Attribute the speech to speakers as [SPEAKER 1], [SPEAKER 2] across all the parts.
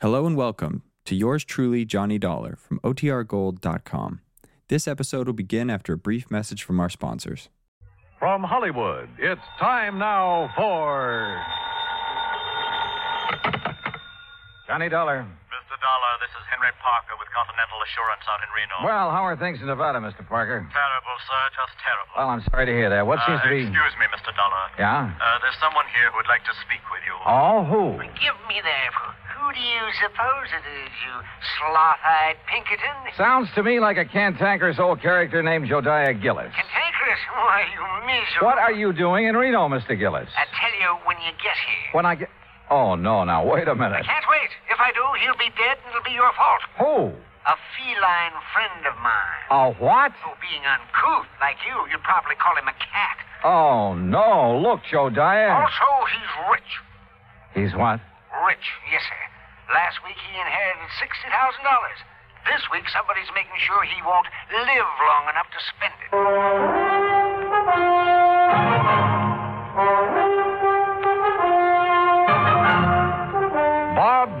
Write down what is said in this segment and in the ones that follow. [SPEAKER 1] Hello and welcome to yours truly, Johnny Dollar from OTRGold.com. This episode will begin after a brief message from our sponsors.
[SPEAKER 2] From Hollywood, it's time now for. Johnny Dollar.
[SPEAKER 3] Mr. Dollar, this is Henry Parker with Continental Assurance out in Reno.
[SPEAKER 2] Well, how are things in Nevada, Mr. Parker?
[SPEAKER 3] Terrible, sir, just terrible.
[SPEAKER 2] Well, I'm sorry to hear that. What seems
[SPEAKER 3] Uh,
[SPEAKER 2] to be.
[SPEAKER 3] Excuse me, Mr. Dollar.
[SPEAKER 2] Yeah?
[SPEAKER 3] Uh, there's someone here who would like to speak with you.
[SPEAKER 2] Oh, who?
[SPEAKER 4] Give me that. Who do you suppose it is, you sloth-eyed Pinkerton?
[SPEAKER 2] Sounds to me like a cantankerous old character named Jodiah Gillis.
[SPEAKER 4] Cantankerous? Why, you miserable.
[SPEAKER 2] What are you doing in Reno, Mr. Gillis?
[SPEAKER 4] I tell you when you get here.
[SPEAKER 2] When I get. Oh, no, now, wait a minute.
[SPEAKER 4] Can't wait. If I do, he'll be dead and it'll be your fault.
[SPEAKER 2] Who?
[SPEAKER 4] A feline friend of mine.
[SPEAKER 2] A what?
[SPEAKER 4] Oh, being uncouth like you, you'd probably call him a cat.
[SPEAKER 2] Oh, no. Look, Jodiah.
[SPEAKER 4] Also, he's rich.
[SPEAKER 2] He's what?
[SPEAKER 4] Rich, yes, sir. Last week he inherited $60,000. This week somebody's making sure he won't live long enough to spend it.
[SPEAKER 2] Bob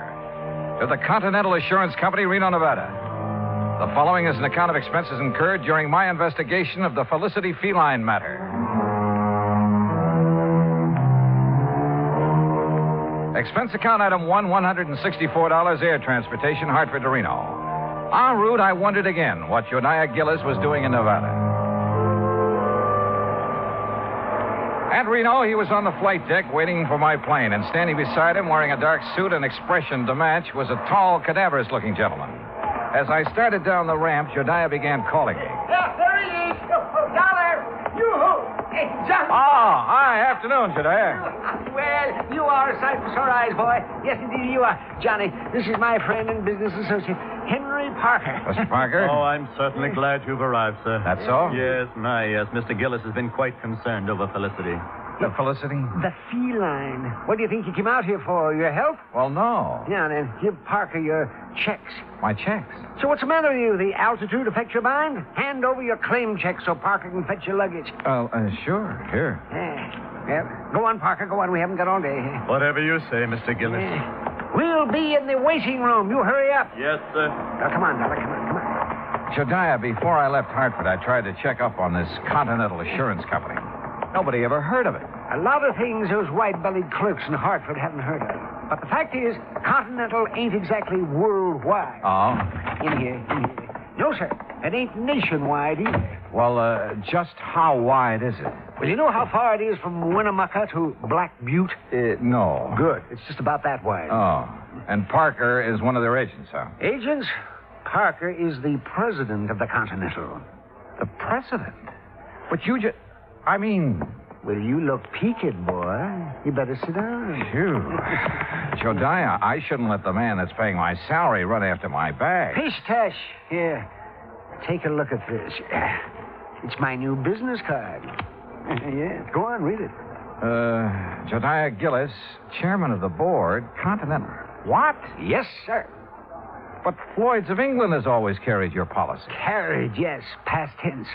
[SPEAKER 2] to the Continental Assurance Company, Reno, Nevada. The following is an account of expenses incurred during my investigation of the Felicity Feline matter. Expense account item one, $164 air transportation, Hartford to Reno. En route, I wondered again what Jodiah Gillis was doing in Nevada. At Reno, he was on the flight deck waiting for my plane, and standing beside him, wearing a dark suit and expression to match, was a tall, cadaverous looking gentleman. As I started down the ramp, Jediah began calling me.
[SPEAKER 5] Yeah, there he is. Dollar. You who? Hey, John.
[SPEAKER 2] Ah, hi, afternoon, Jediah.
[SPEAKER 5] Well, you are a sight for sore eyes, boy. Yes, indeed, you are. Johnny, this is my friend and business associate, Henry Parker.
[SPEAKER 2] Mr. Parker?
[SPEAKER 6] Oh, I'm certainly glad you've arrived, sir.
[SPEAKER 2] That's so?
[SPEAKER 6] Yes, my, yes. Mr. Gillis has been quite concerned over Felicity.
[SPEAKER 2] The Felicity?
[SPEAKER 5] The feline. What do you think you came out here for? Your help?
[SPEAKER 2] Well, no.
[SPEAKER 5] Now then, give Parker your checks.
[SPEAKER 2] My checks.
[SPEAKER 5] So what's the matter with you? The altitude affects your mind? Hand over your claim check so Parker can fetch your luggage.
[SPEAKER 2] Well, uh, sure, here.
[SPEAKER 5] Yeah. Yeah. Go on, Parker. Go on. We haven't got all day.
[SPEAKER 6] Whatever you say, Mr. Gillis.
[SPEAKER 5] Yeah. We'll be in the waiting room. You hurry up.
[SPEAKER 6] Yes, sir.
[SPEAKER 5] Now, come on, Dollar. Come on, come on.
[SPEAKER 2] Jediah, before I left Hartford, I tried to check up on this Continental Assurance Company. Nobody ever heard of it.
[SPEAKER 5] A lot of things those wide-bellied clerks in Hartford haven't heard of. But the fact is, Continental ain't exactly worldwide.
[SPEAKER 2] Oh?
[SPEAKER 5] In here, in here. No, sir. It ain't nationwide either.
[SPEAKER 2] Well, uh, just how wide is it?
[SPEAKER 5] Well, you know how far it is from Winnemucca to Black Butte?
[SPEAKER 2] Uh, no.
[SPEAKER 5] Good. It's just about that wide.
[SPEAKER 2] Oh. And Parker is one of their agents, huh?
[SPEAKER 5] Agents, Parker is the president of the Continental.
[SPEAKER 2] The president? But you just. I mean.
[SPEAKER 5] Well, you look peaked, boy. You better sit down.
[SPEAKER 2] You. Jodiah, I shouldn't let the man that's paying my salary run after my bag.
[SPEAKER 5] Pistache, here. Take a look at this. It's my new business card. yeah, go on, read it.
[SPEAKER 2] Uh, Jodiah Gillis, chairman of the board, Continental. What?
[SPEAKER 5] Yes, sir.
[SPEAKER 2] But Floyd's of England has always carried your policy.
[SPEAKER 5] Carriage, yes, past tense.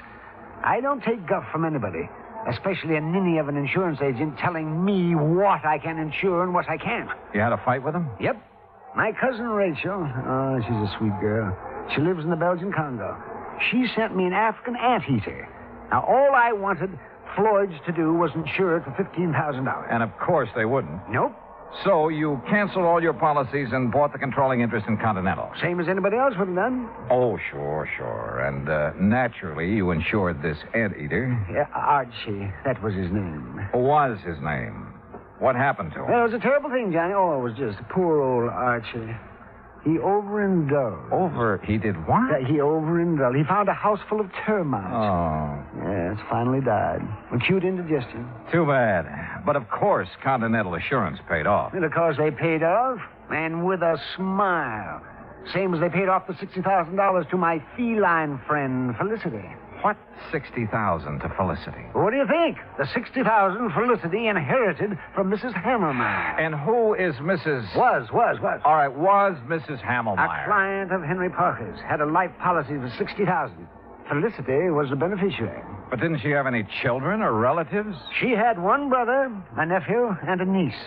[SPEAKER 5] I don't take guff from anybody, especially a ninny of an insurance agent telling me what I can insure and what I can't.
[SPEAKER 2] You had a fight with him?
[SPEAKER 5] Yep. My cousin Rachel, oh, she's a sweet girl. She lives in the Belgian Congo. She sent me an African anteater. Now, all I wanted Floyd's to do was insure it for $15,000.
[SPEAKER 2] And of course they wouldn't.
[SPEAKER 5] Nope.
[SPEAKER 2] So you canceled all your policies and bought the controlling interest in Continental.
[SPEAKER 5] Same as anybody else would have done.
[SPEAKER 2] Oh, sure, sure. And uh, naturally, you insured this anteater.
[SPEAKER 5] Yeah, Archie, that was his name.
[SPEAKER 2] Was his name. What happened to him?
[SPEAKER 5] Well, it was a terrible thing, Johnny. Oh, it was just poor old Archie. He overindulged.
[SPEAKER 2] Over. He did what?
[SPEAKER 5] Yeah, he overindulged. He found a house full of termites.
[SPEAKER 2] Oh,
[SPEAKER 5] Yes, finally died. Acute indigestion.
[SPEAKER 2] too bad. But of course, Continental Assurance paid off.
[SPEAKER 5] And of course, they paid off, and with a smile. Same as they paid off the $60,000 to my feline friend, Felicity.
[SPEAKER 2] What? 60000 to Felicity.
[SPEAKER 5] What do you think? The 60000 Felicity inherited from Mrs. Hammermeyer.
[SPEAKER 2] And who is Mrs.
[SPEAKER 5] Was, was, was.
[SPEAKER 2] All right, was Mrs.
[SPEAKER 5] A
[SPEAKER 2] Hamelmeyer.
[SPEAKER 5] client of Henry Parker's had a life policy for 60000 Felicity was the beneficiary.
[SPEAKER 2] But didn't she have any children or relatives?
[SPEAKER 5] She had one brother, a nephew, and a niece.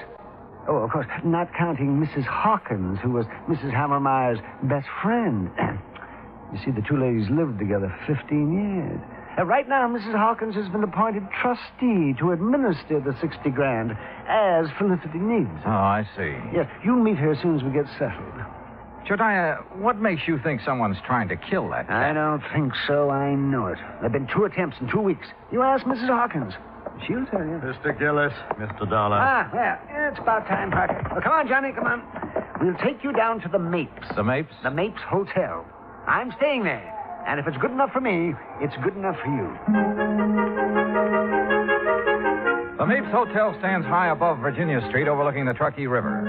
[SPEAKER 5] Oh, of course, not counting Mrs. Hawkins, who was Mrs. Hammermeyer's best friend. you see, the two ladies lived together 15 years. Uh, right now, Mrs. Hawkins has been appointed trustee to administer the 60 grand as Felicity needs.
[SPEAKER 2] Oh, I see.
[SPEAKER 5] Yes, you'll meet her as soon as we get settled.
[SPEAKER 2] Jediah, what makes you think someone's trying to kill that
[SPEAKER 5] I
[SPEAKER 2] cat?
[SPEAKER 5] don't think so. I know it. There have been two attempts in two weeks. You ask Mrs. Hawkins. She'll tell you.
[SPEAKER 6] Mr. Gillis. Mr. Dollar.
[SPEAKER 5] Ah, yeah. It's about time, Parker. Well, come on, Johnny, come on. We'll take you down to the Mapes.
[SPEAKER 2] The Mapes?
[SPEAKER 5] The Mapes Hotel. I'm staying there. And if it's good enough for me, it's good enough for you.
[SPEAKER 2] The Mapes Hotel stands high above Virginia Street overlooking the Truckee River.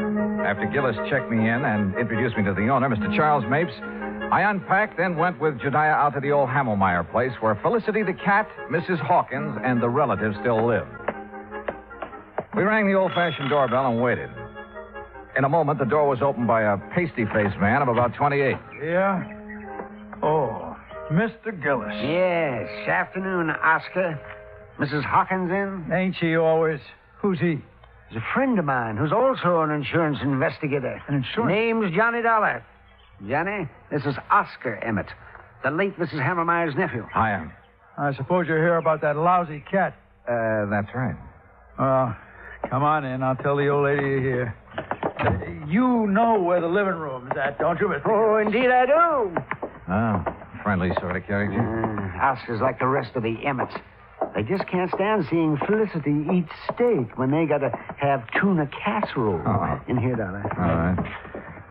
[SPEAKER 2] After Gillis checked me in and introduced me to the owner, Mr. Charles Mapes, I unpacked, then went with Jediah out to the old Hamelmeyer place where Felicity the cat, Mrs. Hawkins, and the relatives still live. We rang the old fashioned doorbell and waited. In a moment, the door was opened by a pasty faced man of about 28.
[SPEAKER 7] Yeah? Oh, Mr. Gillis.
[SPEAKER 5] Yes, afternoon, Oscar. Mrs. Hawkins in?
[SPEAKER 7] Ain't she always? Who's he?
[SPEAKER 5] There's a friend of mine who's also an insurance investigator.
[SPEAKER 7] An insurance-
[SPEAKER 5] Name's Johnny Dollar. Johnny, this is Oscar Emmett, the late Mrs. Hammermeyer's nephew.
[SPEAKER 2] I am.
[SPEAKER 7] I suppose you're here about that lousy cat.
[SPEAKER 2] Uh, that's right.
[SPEAKER 7] Uh, come on in. I'll tell the old lady you're here. Uh, You know where the living room's at, don't you, Mr.
[SPEAKER 5] Oh, indeed I do.
[SPEAKER 2] Oh, friendly sort of character.
[SPEAKER 5] Uh, Oscar's like the rest of the Emmets. They just can't stand seeing Felicity eat steak when they gotta have tuna casserole
[SPEAKER 2] Oh.
[SPEAKER 5] in here, darling.
[SPEAKER 2] All right.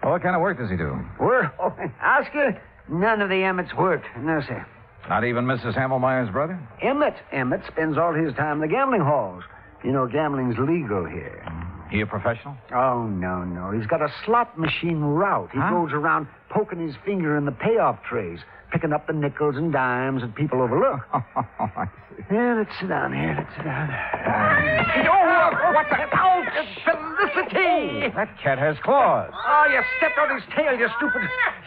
[SPEAKER 2] Well, what kind of work does he do?
[SPEAKER 5] Work? Oh, Oscar, none of the Emmets work. No, sir.
[SPEAKER 2] Not even Mrs. Hamelmeyer's brother?
[SPEAKER 5] Emmett Emmett spends all his time in the gambling halls. You know, gambling's legal here.
[SPEAKER 2] He a professional?
[SPEAKER 5] Oh, no, no. He's got a slot machine route. He
[SPEAKER 2] Huh?
[SPEAKER 5] goes around poking his finger in the payoff trays, picking up the nickels and dimes that people overlook.
[SPEAKER 2] I see.
[SPEAKER 5] Yeah, let's sit down here. Let's sit down.
[SPEAKER 2] Oh, what the?
[SPEAKER 5] Out of Felicity!
[SPEAKER 2] That cat has claws.
[SPEAKER 5] Oh, you stepped on his tail, you stupid.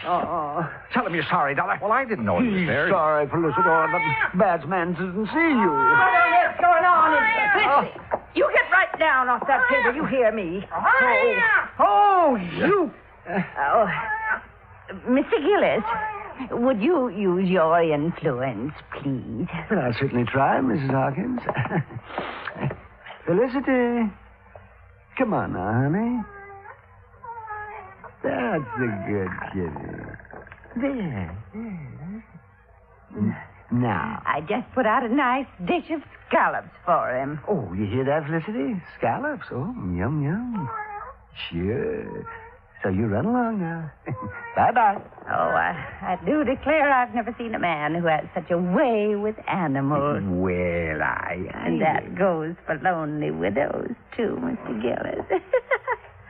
[SPEAKER 5] Oh, oh. tell him you're sorry, Dollar.
[SPEAKER 2] Well, I didn't know he was there.
[SPEAKER 5] sorry, Felicity. Oh, the bad man doesn't see you.
[SPEAKER 8] What's going on? It's You get right down off that table. You hear me.
[SPEAKER 5] Oh, you.
[SPEAKER 8] Oh. Mr. Gillis, would you use your influence, please?
[SPEAKER 5] Well, I'll certainly try, Mrs. Hawkins. Felicity. Come on now, honey. That's a good kitty. There. there. Now.
[SPEAKER 8] I just put out a nice dish of scallops for him.
[SPEAKER 5] Oh, you hear that, Felicity? Scallops. Oh, yum, yum. Sure. So you run along now. bye bye.
[SPEAKER 8] Oh, I, I do declare I've never seen a man who has such a way with animals.
[SPEAKER 5] Well, I. I
[SPEAKER 8] And that goes for lonely widows, too, Mr. Gillis.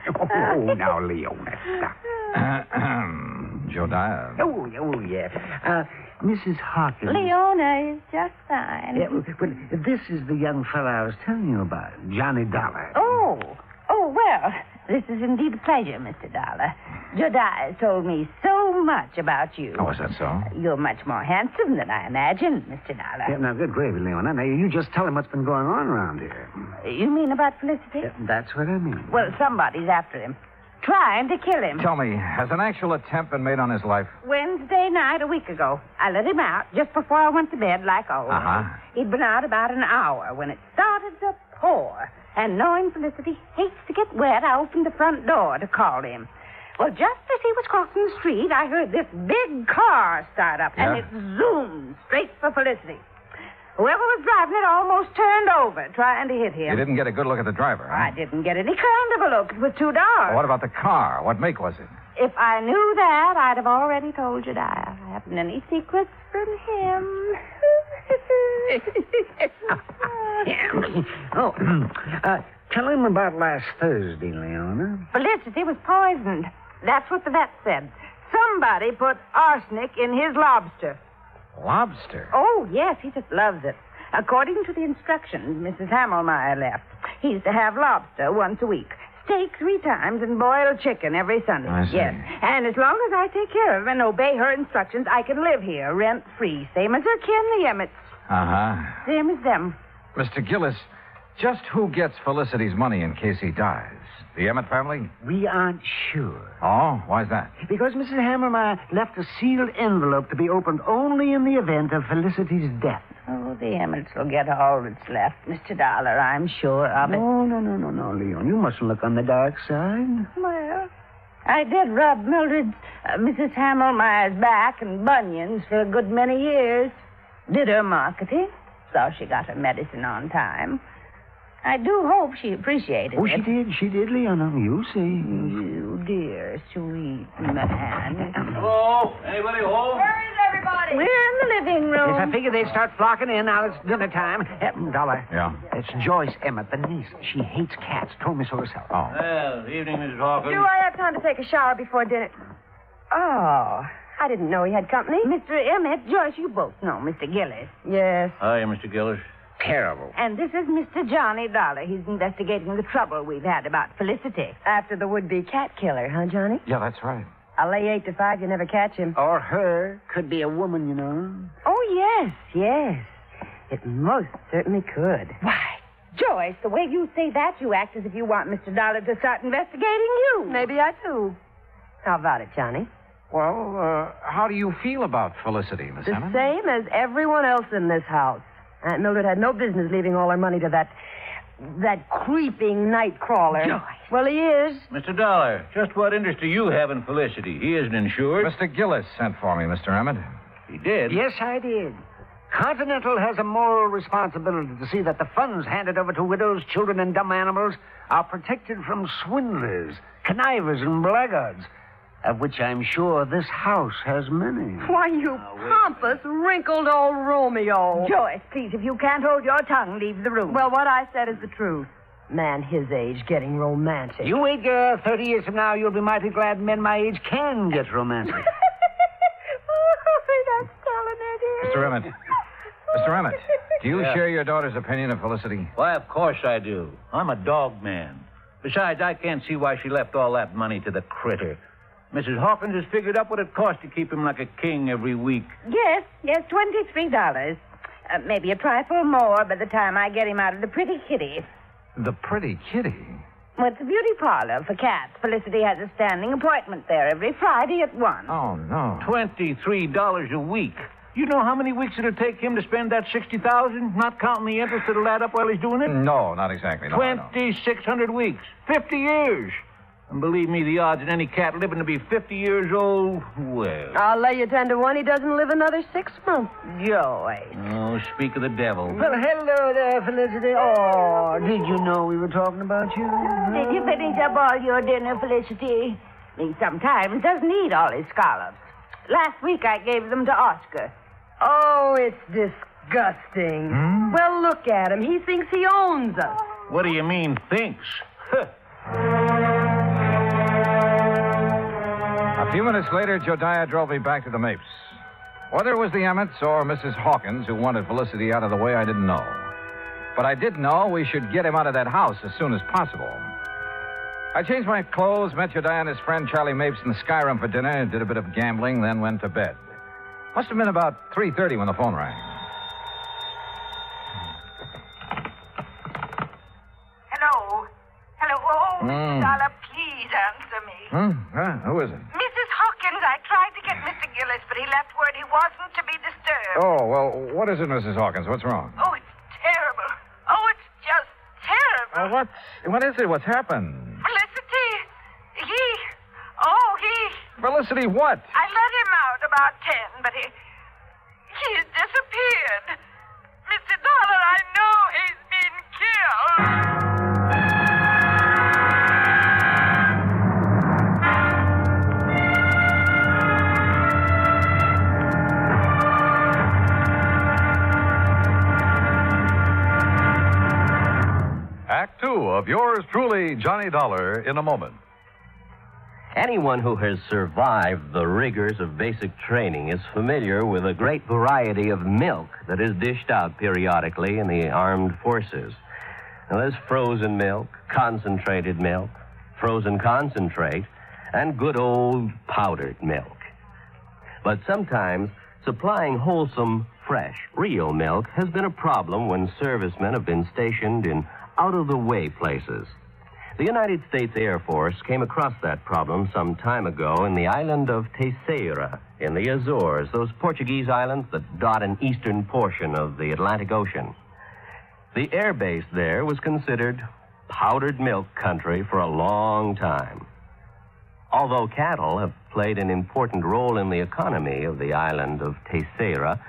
[SPEAKER 5] Oh, now, Leona, stop.
[SPEAKER 2] Jodiah.
[SPEAKER 5] Oh, oh, yeah. Uh, Mrs. Hawkins.
[SPEAKER 8] Leona is just fine.
[SPEAKER 5] Yeah, well, well, this is the young fellow I was telling you about, Johnny Dollar.
[SPEAKER 8] Oh, oh, well, this is indeed a pleasure, Mr. Dollar. Jediah has told me so much about you.
[SPEAKER 2] Oh, is that so?
[SPEAKER 8] You're much more handsome than I imagined, Mr.
[SPEAKER 5] Yeah,
[SPEAKER 8] Dollar.
[SPEAKER 5] now, good gravy, Leona. Now, you just tell him what's been going on around here.
[SPEAKER 8] You mean about Felicity?
[SPEAKER 5] Yeah, that's what I mean.
[SPEAKER 8] Well, somebody's after him, trying to kill him.
[SPEAKER 2] Tell me, has an actual attempt been made on his life?
[SPEAKER 8] Wednesday night, a week ago, I let him out just before I went to bed, like always.
[SPEAKER 2] Uh-huh.
[SPEAKER 8] He'd been out about an hour when it started to pour. And knowing Felicity hates to get wet, I opened the front door to call him. Well, just as he was crossing the street, I heard this big car start up, and
[SPEAKER 2] Yeah.
[SPEAKER 8] it zoomed straight for Felicity. Whoever was driving it almost turned over, trying to hit
[SPEAKER 2] You
[SPEAKER 8] him.
[SPEAKER 2] didn't get a good look at the driver,
[SPEAKER 8] I
[SPEAKER 2] huh?
[SPEAKER 8] didn't get any kind of a look. It was too dark.
[SPEAKER 2] What about the car? What make was it?
[SPEAKER 8] If I knew that, I'd have already told you that. I haven't any secrets from him.
[SPEAKER 5] oh, uh, tell him about last Thursday, Leona.
[SPEAKER 8] Felicity was poisoned. That's what the vet said. So Somebody put arsenic in his lobster.
[SPEAKER 2] Lobster?
[SPEAKER 8] Oh, yes, he just loves it. According to the instructions Mrs. Hamelmeyer left, he's to have lobster once a week, steak three times, and boiled chicken every Sunday.
[SPEAKER 2] I see.
[SPEAKER 8] Yes. And as long as I take care of him and obey her instructions, I can live here rent free, same as her kin, the Emmets.
[SPEAKER 2] Uh huh.
[SPEAKER 8] Same as them.
[SPEAKER 2] Mr. Gillis, just who gets Felicity's money in case he dies? The Emmett family?
[SPEAKER 5] We aren't sure.
[SPEAKER 2] Oh, why's that?
[SPEAKER 5] Because Mrs. Hammermeyer left a sealed envelope to be opened only in the event of Felicity's death.
[SPEAKER 8] Oh, the Emmets will get all that's left, Mr. Dollar, I'm sure of it.
[SPEAKER 5] Oh, No, no, no, no, no, Leon. You mustn't look on the dark side.
[SPEAKER 8] Well, I did rub Mildred's, uh, Mrs. Hamelmeyer's back and bunions for a good many years. Did her marketing, so she got her medicine on time. I do hope she appreciated
[SPEAKER 5] Oh,
[SPEAKER 8] it.
[SPEAKER 5] she did. She did, Leona. You see.
[SPEAKER 8] You dear, sweet man.
[SPEAKER 6] Hello? Anybody home?
[SPEAKER 8] We're in the living
[SPEAKER 5] Yes, I
[SPEAKER 8] room.
[SPEAKER 5] figure they start flocking in now. It's dinner time. Eh, Dollar.
[SPEAKER 2] Yeah.
[SPEAKER 5] It's Joyce Emmett, the niece. She hates cats. Told me so herself. Oh.
[SPEAKER 6] Well, evening, Mrs. Hawkins.
[SPEAKER 9] I have time to take a shower before dinner? Oh, I didn't know he had company.
[SPEAKER 8] Mr. Emmett, Joyce, you both know Mr. Gillis.
[SPEAKER 9] Yes.
[SPEAKER 6] Hi, Mr. Gillis.
[SPEAKER 5] Terrible.
[SPEAKER 8] And this is Mr. Johnny Dollar. He's investigating the trouble we've had about Felicity.
[SPEAKER 9] After the would-be cat killer, huh, Johnny?
[SPEAKER 2] Yeah, that's right.
[SPEAKER 9] I'll lay eight to five. You never catch him.
[SPEAKER 5] Or her. Could be a woman, you know.
[SPEAKER 8] Oh, yes.
[SPEAKER 9] Yes. It most certainly could.
[SPEAKER 8] Why, Joyce, the way you say that, you act as if you want Mr. Dollar to start investigating you.
[SPEAKER 9] Maybe I do. How about it, Johnny?
[SPEAKER 2] Well, uh, how do you feel about Felicity, Miss
[SPEAKER 9] The
[SPEAKER 2] Emmett?
[SPEAKER 9] same as everyone else in this house. Aunt Mildred had no business leaving all her money to that. that creeping night crawler.
[SPEAKER 8] Joyce.
[SPEAKER 9] Well, he is.
[SPEAKER 6] Mr. Dollar, just what interest do you have in Felicity? He isn't insured.
[SPEAKER 2] Mr. Gillis sent for me, Mr. Emmett.
[SPEAKER 6] He did.
[SPEAKER 5] Yes, I did. Continental has a moral responsibility to see that the funds handed over to widows, children, and dumb animals are protected from swindlers, connivers, and blackguards, of which I'm sure this house has many.
[SPEAKER 9] Why, you pompous, wrinkled old Romeo.
[SPEAKER 8] Joyce, please, if you can't hold your tongue, leave the room.
[SPEAKER 9] Well, what I said is the truth. Man his age getting romantic.
[SPEAKER 5] You wait, girl. Thirty years from now, you'll be mighty glad men my age can get romantic.
[SPEAKER 9] Oh,
[SPEAKER 8] that's telling it
[SPEAKER 2] Mr. Emmett. Mr. Emmett, do you share your daughter's opinion of Felicity?
[SPEAKER 6] Why, of course I do. I'm a dog man. Besides, I can't see why she left all that money to the critter. Mrs. Hawkins has figured up what it cost to keep him like a king every week.
[SPEAKER 8] Yes, yes, $23. Uh, maybe a trifle more by the time I get him out of the pretty kitty.
[SPEAKER 2] The pretty kitty.
[SPEAKER 8] Well, it's a beauty parlor for cats. Felicity has a standing appointment there every Friday at 1.
[SPEAKER 2] Oh, no.
[SPEAKER 6] $23 a week. You know how many weeks it'll take him to spend that 60000 not counting the interest that'll add up while he's doing it?
[SPEAKER 2] No, not exactly. Mm, No, I know.
[SPEAKER 6] 2,600 weeks. 50 years. And believe me, the odds of any cat living to be 50 years old, well.
[SPEAKER 9] I'll lay you ten to one. He doesn't live another six months.
[SPEAKER 8] Joyce.
[SPEAKER 6] Oh, speak of the devil.
[SPEAKER 5] well, hello there, Felicity. Oh, did you know we were talking about you?
[SPEAKER 8] Did you finish up all your dinner, Felicity? He sometimes doesn't eat all his scallops. Last week I gave them to Oscar.
[SPEAKER 9] Oh, it's disgusting. Well, look at him. He thinks he owns us.
[SPEAKER 6] What do you mean, thinks? Huh.
[SPEAKER 2] A few minutes later, Jodiah drove me back to the Mapes. Whether it was the Emmets or Mrs. Hawkins who wanted Felicity out of the way, I didn't know. But I did know we should get him out of that house as soon as possible. I changed my clothes, met Jodiah and his friend Charlie Mapes in the Skyrim for dinner, did a bit of gambling, then went to bed. Must have been about 3.30 when the phone rang.
[SPEAKER 8] Hello. Hello. Oh,
[SPEAKER 2] Mm.
[SPEAKER 8] Mr. Dollar, please answer me.
[SPEAKER 2] Hmm? Huh? Who is it?
[SPEAKER 8] Mrs. Hawkins, I tried to get Mr. Gillis, but he left word he wasn't to be disturbed.
[SPEAKER 2] Oh, well, what is it, Mrs. Hawkins? What's wrong?
[SPEAKER 8] Oh, it's terrible. Oh, it's just terrible.
[SPEAKER 2] what? What is it? What's happened?
[SPEAKER 8] Felicity, he. Oh, he.
[SPEAKER 2] Felicity, what?
[SPEAKER 8] I let him out about ten, but he. He's disappeared. Mr. Dollar, I know he's been killed.
[SPEAKER 10] Act two of yours truly, Johnny Dollar, in a moment. Anyone who has survived the rigors of basic training is familiar with a great variety of milk that is dished out periodically in the armed forces. Now, there's frozen milk, concentrated milk, frozen concentrate, and good old powdered milk. But sometimes supplying wholesome, fresh, real milk has been a problem when servicemen have been stationed in out of the way places. The United States Air Force came across that problem some time ago in the island of Terceira in the Azores, those Portuguese islands that dot an eastern portion of the Atlantic Ocean. The air base there was considered powdered milk country for a long time. Although cattle have played an important role in the economy of the island of Terceira,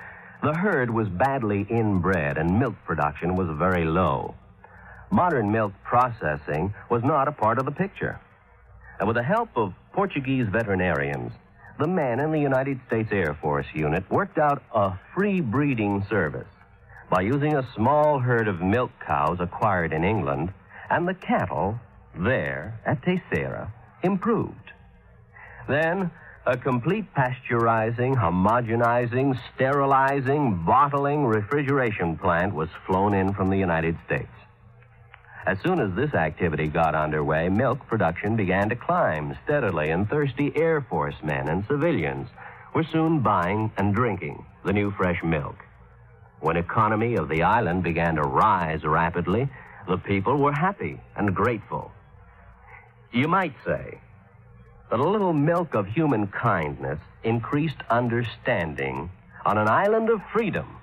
[SPEAKER 10] the herd was badly inbred and milk production was very low. Modern milk processing was not a part of the picture. And with the help of Portuguese veterinarians, the men in the United States Air Force unit worked out a free breeding service by using a small herd of milk cows acquired in England and the cattle there at Terceira improved. Then, a complete pasteurizing, homogenizing, sterilizing, bottling refrigeration plant was flown in from the United States. As soon as this activity got underway, milk production began to climb steadily, and thirsty Air Force men and civilians were soon buying and drinking the new fresh milk. When economy of the island began to rise rapidly, the people were happy and grateful. You might say that a little milk of human kindness increased understanding on an island of freedom,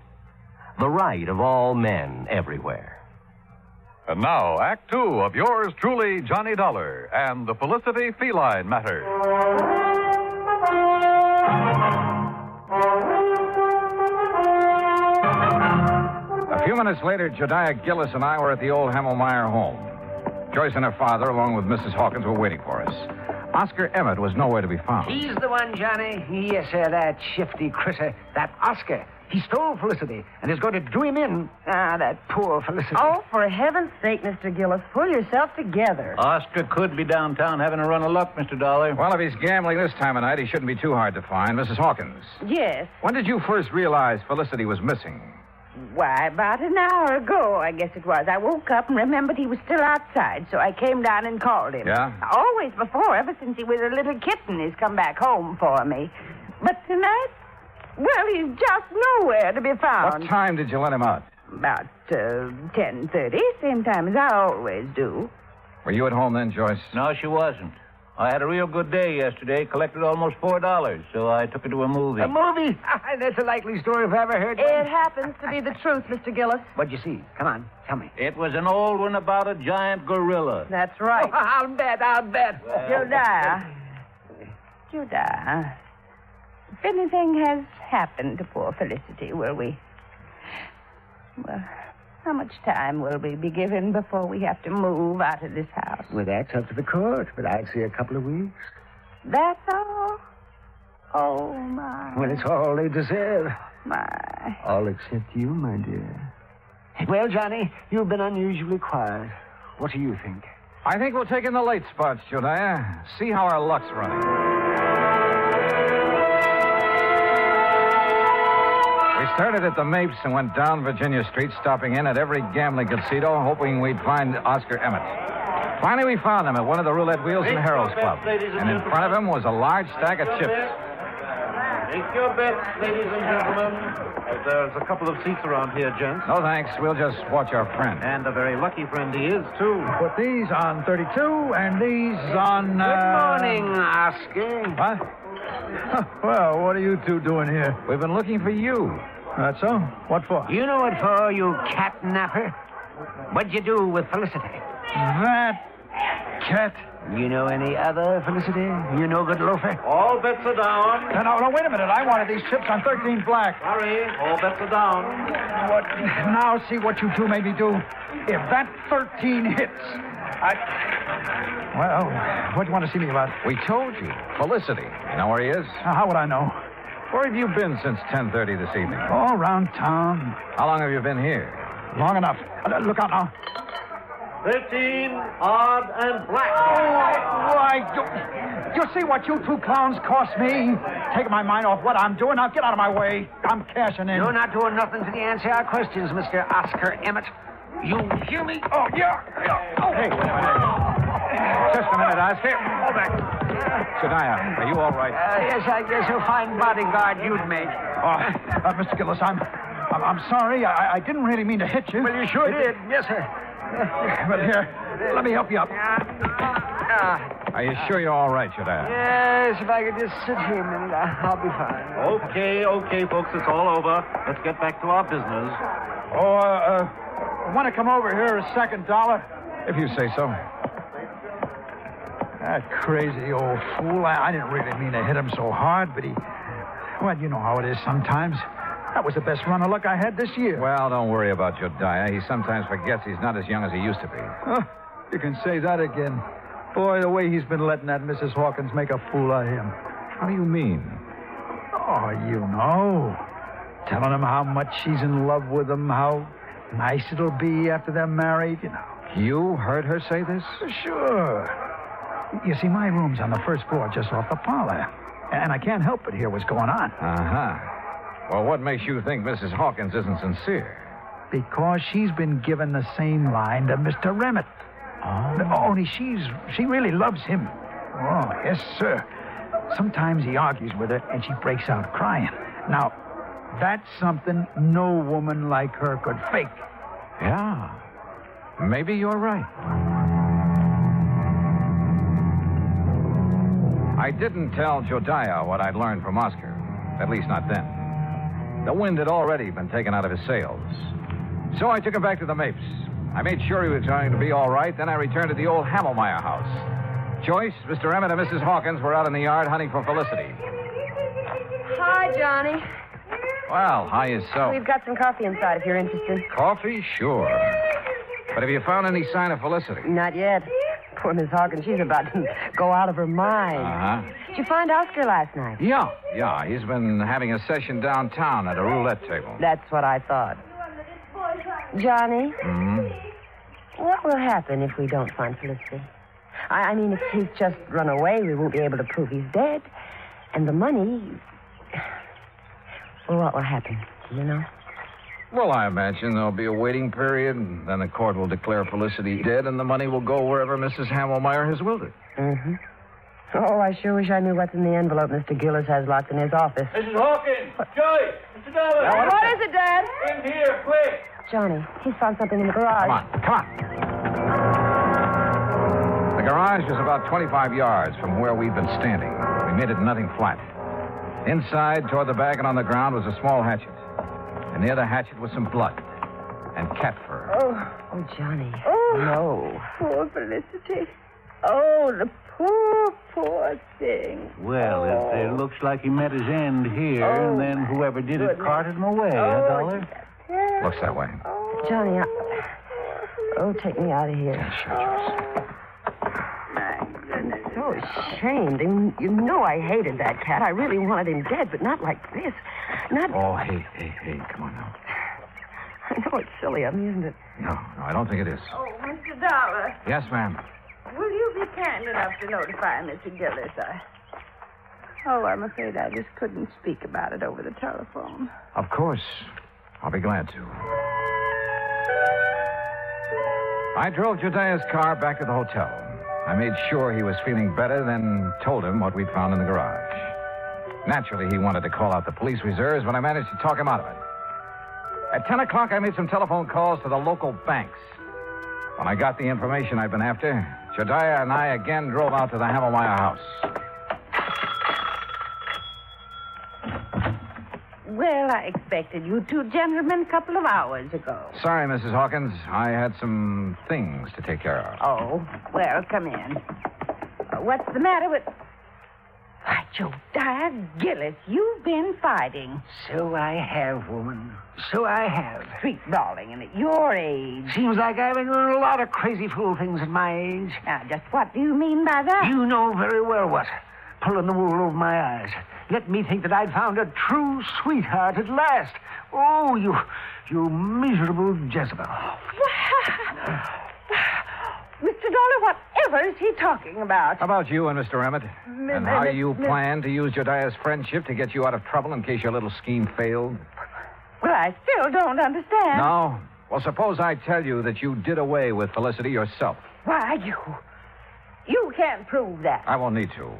[SPEAKER 10] the right of all men everywhere.
[SPEAKER 11] And now, Act Two of yours truly, Johnny Dollar and the Felicity Feline Matter.
[SPEAKER 2] A few minutes later, Jediah Gillis and I were at the old Hemmelmeyer home. Joyce and her father, along with Mrs. Hawkins, were waiting for us. Oscar Emmett was nowhere to be found.
[SPEAKER 5] He's the one, Johnny. Yes, sir, that shifty critter, that Oscar. He stole Felicity and is going to do him in. Ah, that poor Felicity.
[SPEAKER 9] Oh, for heaven's sake, Mr. Gillis, pull yourself together.
[SPEAKER 6] Oscar could be downtown having a run of luck, Mr. Dollar.
[SPEAKER 2] Well, if he's gambling this time of night, he shouldn't be too hard to find. Mrs. Hawkins,
[SPEAKER 8] Yes.
[SPEAKER 2] when did you first realize Felicity was missing?
[SPEAKER 8] Why, about an hour ago, I guess it was. I woke up and remembered he was still outside, so I came down and called him.
[SPEAKER 2] Yeah?
[SPEAKER 8] Always before, ever since he was a little kitten, he's come back home for me. But tonight, well, he's just nowhere to be found.
[SPEAKER 2] What time did you let him out?
[SPEAKER 8] About uh, ten thirty, same time as I always do.
[SPEAKER 2] Were you at home then, Joyce?
[SPEAKER 6] No, she wasn't. I had a real good day yesterday, collected almost $4, so I took her to a movie.
[SPEAKER 5] A movie? That's a likely story if I ever heard
[SPEAKER 9] It happens to be the truth, Mr. Gillis.
[SPEAKER 5] What'd you see? Come on, tell me.
[SPEAKER 6] It was an old one about a giant gorilla.
[SPEAKER 9] That's right.
[SPEAKER 5] I'll bet, I'll bet.
[SPEAKER 8] Judah. Judah. If anything has happened to poor Felicity, will we? Well, how much time will we be given before we have to move out of this house?
[SPEAKER 5] Well, that's up to the court, but I'd say a couple of weeks.
[SPEAKER 8] That's all? Oh, my.
[SPEAKER 5] Well, it's all they deserve.
[SPEAKER 8] My.
[SPEAKER 5] All except you, my dear. Well, Johnny, you've been unusually quiet. What do you think?
[SPEAKER 2] I think we'll take in the late spots, Jediah. See how our luck's running. We started at the Mapes and went down Virginia Street, stopping in at every gambling casino, hoping we'd find Oscar Emmett. Finally, we found him at one of the roulette wheels in Harold's Club. And in front of him was a large stack of chips.
[SPEAKER 12] Make your bets, ladies and gentlemen. Uh, There's a couple of seats around here, gents.
[SPEAKER 2] No thanks. We'll just watch our friend.
[SPEAKER 12] And a very lucky friend he is, too.
[SPEAKER 7] Put these on 32 and these on. Uh...
[SPEAKER 5] Good morning, Oscar.
[SPEAKER 7] What? well, what are you two doing here?
[SPEAKER 2] We've been looking for you.
[SPEAKER 7] That's so? What for?
[SPEAKER 5] You know what for, you cat napper? What'd you do with Felicity?
[SPEAKER 7] That cat.
[SPEAKER 5] You know any other Felicity? You know good loafer?
[SPEAKER 12] All bets are down.
[SPEAKER 7] No, no, no, wait a minute. I wanted these chips on 13 black.
[SPEAKER 12] Hurry, all bets are down.
[SPEAKER 7] What? Now see what you two made me do. If that 13 hits, I. Well, what do you want to see me about?
[SPEAKER 2] We told you. Felicity. You know where he is?
[SPEAKER 7] Now, how would I know?
[SPEAKER 2] Where have you been since 10.30 this evening?
[SPEAKER 7] All around town.
[SPEAKER 2] How long have you been here?
[SPEAKER 7] Long enough. Uh, look out now.
[SPEAKER 4] Thirteen, odd and black.
[SPEAKER 13] Why, Oh, you, you see what you two clowns cost me? Take my mind off what I'm doing. Now get out of my way. I'm cashing in.
[SPEAKER 5] You're not doing nothing to answer our questions, Mr. Oscar Emmett. You hear me? Oh, yeah.
[SPEAKER 13] Oh, hey. Just a minute, Oscar. Hold back. Shania, are you all right?
[SPEAKER 5] Uh, yes, I guess a fine bodyguard you'd make.
[SPEAKER 13] Oh, uh, Mr. Gillis, I'm, I'm, I'm sorry. I, I didn't really mean to hit you.
[SPEAKER 5] Well, you sure did. Yes, sir.
[SPEAKER 13] But here, let me help you up.
[SPEAKER 5] Ah,
[SPEAKER 2] Are you sure you're all right, Shania?
[SPEAKER 5] yes, if I could just sit here a minute, I- I'll be fine.
[SPEAKER 4] Okay, okay, folks, it's all over. Let's get back to our business.
[SPEAKER 13] Oh, uh, uh, want to come over here a second, Dollar? If you say so. That crazy old fool. I, I didn't really mean to hit him so hard, but he. Well, you know how it is sometimes. That was the best run of luck I had this year.
[SPEAKER 2] Well, don't worry about Jodiah. He sometimes forgets he's not as young as he used to be.
[SPEAKER 13] Huh, you can say that again. Boy, the way he's been letting that Mrs. Hawkins make a fool of him.
[SPEAKER 2] How do you mean?
[SPEAKER 13] Oh, you know. Telling him how much she's in love with him, how nice it'll be after they're married, you know.
[SPEAKER 2] You heard her say this?
[SPEAKER 13] Sure. You see, my room's on the first floor just off the parlor. And I can't help but hear what's going on.
[SPEAKER 2] Uh huh. Well, what makes you think Mrs. Hawkins isn't sincere?
[SPEAKER 13] Because she's been given the same line to Mr. Remmett. Oh. Only she's she really loves him. Oh, yes, sir. Sometimes he argues with her and she breaks out crying. Now, that's something no woman like her could fake.
[SPEAKER 2] Yeah. Maybe you're right. I didn't tell Jodiah what I'd learned from Oscar, at least not then. The wind had already been taken out of his sails. So I took him back to the Mapes. I made sure he was going to be all right, then I returned to the old Hamelmeyer house. Joyce, Mr. Emmett, and Mrs. Hawkins were out in the yard hunting for Felicity.
[SPEAKER 8] Hi, Johnny.
[SPEAKER 2] Well, how you so?
[SPEAKER 8] We've got some coffee inside if you're interested.
[SPEAKER 2] Coffee? Sure. But have you found any sign of Felicity?
[SPEAKER 8] Not yet. Poor Miss Hawkins, she's about to go out of her mind.
[SPEAKER 2] Uh-huh.
[SPEAKER 8] Did you find Oscar last night?
[SPEAKER 2] Yeah, yeah. He's been having a session downtown at a roulette table.
[SPEAKER 8] That's what I thought. Johnny,
[SPEAKER 2] Mm-hmm.
[SPEAKER 8] what will happen if we don't find Felicity? I, I mean, if he's just run away, we won't be able to prove he's dead. And the money. Well, what will happen? Do you know?
[SPEAKER 2] Well, I imagine there'll be a waiting period, and then the court will declare Felicity dead, and the money will go wherever Mrs. Hamelmeyer has willed it.
[SPEAKER 8] Mm-hmm. Oh, I sure wish I knew what's in the envelope Mr. Gillis has locked in his office.
[SPEAKER 4] Mrs. Hawkins! Joyce! Mr. Dollar!
[SPEAKER 8] What is it, Dad?
[SPEAKER 4] In here, quick!
[SPEAKER 8] Johnny, he's found something in the garage.
[SPEAKER 2] Come on, come on. The garage was about 25 yards from where we'd been standing. We made it nothing flat. Inside, toward the bag and on the ground, was a small hatchet. And near the hatchet was some blood and cat fur.
[SPEAKER 8] Oh, oh, Johnny.
[SPEAKER 14] Oh.
[SPEAKER 8] No.
[SPEAKER 14] Poor Felicity. Oh, the poor, poor thing.
[SPEAKER 15] Well, it, it looks like he met his end here,
[SPEAKER 14] Oh,
[SPEAKER 15] and then whoever did it
[SPEAKER 14] goodness.
[SPEAKER 15] carted him away,
[SPEAKER 14] Oh,
[SPEAKER 15] huh, Dollar?
[SPEAKER 2] Looks that way.
[SPEAKER 8] Johnny, I... Oh, take me out of here. So ashamed. And you know I hated that cat. I really wanted him dead, but not like this. Not.
[SPEAKER 2] Oh, hey, hey, hey, come on now.
[SPEAKER 8] I know it's silly of me, isn't it?
[SPEAKER 2] No, no, I don't think it is.
[SPEAKER 14] Oh, Mr. Dollar,
[SPEAKER 2] Yes, ma'am.
[SPEAKER 14] will you be kind enough to notify Mr. Gillis? I... Oh, I'm afraid I just couldn't speak about it over the telephone.
[SPEAKER 2] Of course. I'll be glad to. I drove Judea's car back to the hotel. I made sure he was feeling better, then told him what we'd found in the garage. Naturally, he wanted to call out the police reserves, but I managed to talk him out of it. At 10 o'clock, I made some telephone calls to the local banks. When I got the information I'd been after, Jediah and I again drove out to the Hamelmeyer house.
[SPEAKER 16] Well, I expected you two gentlemen a couple of hours ago.
[SPEAKER 2] Sorry, Mrs. Hawkins. I had some things to take care of.
[SPEAKER 16] Oh, well, come in. Uh, what's the matter with. Why, Jodiah Gillis, you've been fighting.
[SPEAKER 5] So I have, woman. So I have.
[SPEAKER 16] Sweet darling, and at your age.
[SPEAKER 5] Seems like I've been doing a lot of crazy fool things at my age.
[SPEAKER 16] Now, just what do you mean by that?
[SPEAKER 5] You know very well what. Pulling the wool over my eyes. Let me think that I'd found a true sweetheart at last. Oh, you, you miserable Jezebel.
[SPEAKER 14] Well,
[SPEAKER 8] Mr. Dollar, whatever is he talking about?
[SPEAKER 2] How about you and Mr. Emmett?
[SPEAKER 8] M-
[SPEAKER 2] And
[SPEAKER 8] m-
[SPEAKER 2] how
[SPEAKER 8] m-
[SPEAKER 2] you
[SPEAKER 8] m-
[SPEAKER 2] plan to use Jediah's friendship to get you out of trouble in case your little scheme failed?
[SPEAKER 8] Well, I still don't understand.
[SPEAKER 2] No? Well, suppose I tell you that you did away with Felicity yourself.
[SPEAKER 8] Why, you. You can't prove that.
[SPEAKER 2] I won't need to.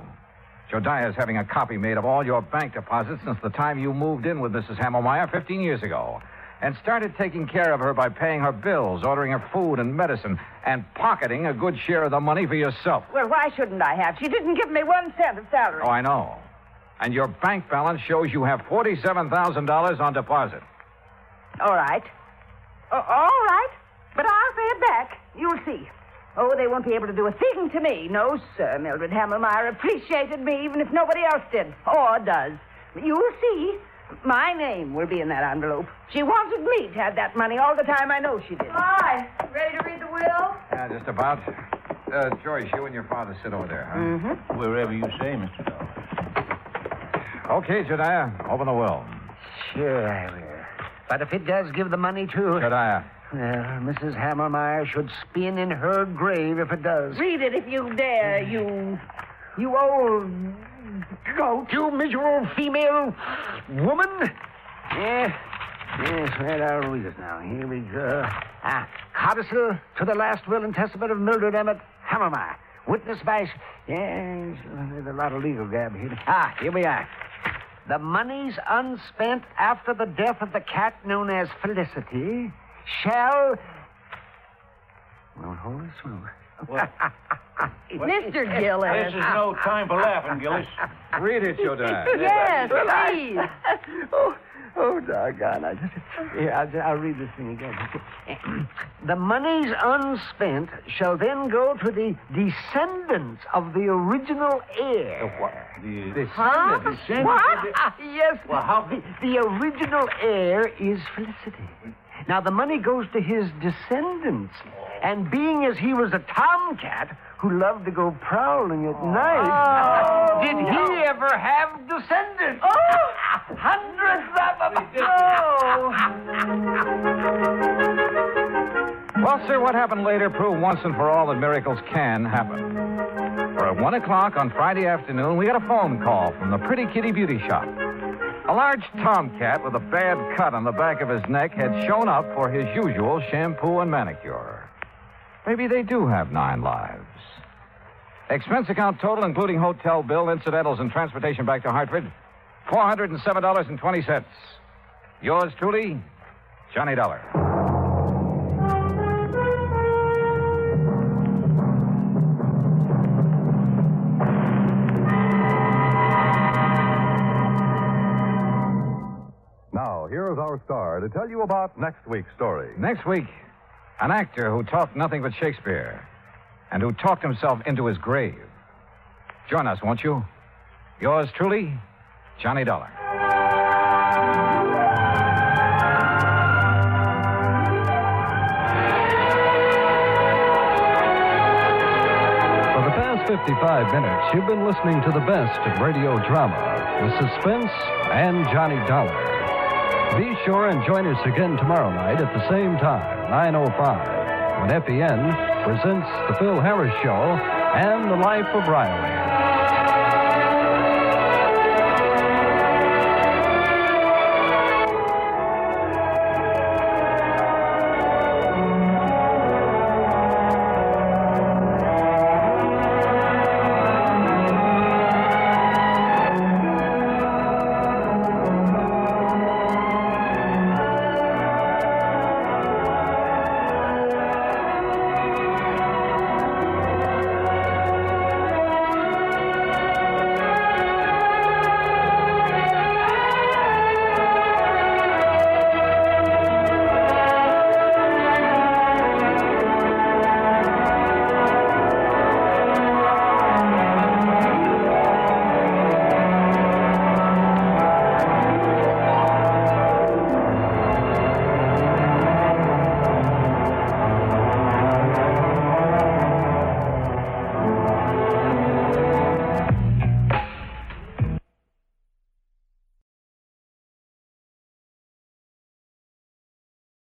[SPEAKER 2] Jodiah's having a copy made of all your bank deposits since the time you moved in with Mrs. Hammelmeyer 15 years ago and started taking care of her by paying her bills, ordering her food and medicine, and pocketing a good share of the money for yourself.
[SPEAKER 8] Well, why shouldn't I have? She didn't give me one cent of salary.
[SPEAKER 2] Oh, I know. And your bank balance shows you have $47,000 on deposit.
[SPEAKER 8] All right. Uh, all right. But I'll pay it back. You'll see. Oh, they won't be able to do a thing to me. No, sir. Mildred Hammelmeyer appreciated me even if nobody else did or does. You'll see. My name will be in that envelope. She wanted me to have that money all the time. I know she did.
[SPEAKER 17] Hi. Ready to read the will?
[SPEAKER 2] Yeah, just about. Uh, Joyce, you and your father sit over there, huh? Mm-hmm. Wherever you say, Mr. Dollar. Okay, Jediah, open the will.
[SPEAKER 5] Sure, I will. But if it does give the money to.
[SPEAKER 2] Jediah.
[SPEAKER 5] Well, Mrs. Hammermeyer should spin in her grave if it does.
[SPEAKER 8] Read it if you dare, you. You old.
[SPEAKER 5] Go to miserable female woman. Yeah. Yes, well, I'll read it now. Here we go. Ah, codicil to the last will and testament of Mildred Emmett Hammermeyer. Witness by... Yes, there's a lot of legal gab here. Ah, here we are. The monies unspent after the death of the cat known as Felicity shall... Well, holy smoke.
[SPEAKER 17] Mr. Gillis.
[SPEAKER 4] This is no time for laughing, Gillis.
[SPEAKER 2] Read it, Jodiah.
[SPEAKER 17] Yes,
[SPEAKER 5] Well, I-
[SPEAKER 17] please.
[SPEAKER 5] oh, oh, doggone. I just, here, I'll, ju- I'll read this thing again. the monies unspent shall then go to the descendants of the original heir.
[SPEAKER 4] What? The,
[SPEAKER 5] The
[SPEAKER 17] Huh?
[SPEAKER 5] descendants- descendants
[SPEAKER 17] What?
[SPEAKER 5] of the- yes.
[SPEAKER 4] Well, how-
[SPEAKER 5] The, the original heir is Felicity. Now, the money goes to his descendants. And being as he was a tomcat who loved to go prowling at night,
[SPEAKER 17] Oh.
[SPEAKER 5] did he ever have descendants? Oh! Hundreds of them!
[SPEAKER 2] Well, sir, what happened later proved once and for all that miracles can happen. For at 1 o'clock on Friday afternoon, we got a phone call from the Pretty Kitty Beauty Shop. A large tomcat with a bad cut on the back of his neck had shown up for his usual shampoo and manicure. Maybe they do have nine lives. Expense account total, including hotel bill, incidentals, and transportation back to Hartford, $407.20. Yours truly, Johnny Dollar.
[SPEAKER 18] Now, here is our star to tell you about next week's story.
[SPEAKER 2] Next week, an actor who taught nothing but Shakespeare and who talked himself into his grave. Join us, won't you? Yours truly, Johnny Dollar.
[SPEAKER 11] For the past 55 minutes, you've been listening to the best of radio drama with Suspense and Johnny Dollar. Be sure and join us again tomorrow night at the same time,
[SPEAKER 2] E
[SPEAKER 11] 9.05, when FEN presents The Phil Harris Show and The Life of Riley.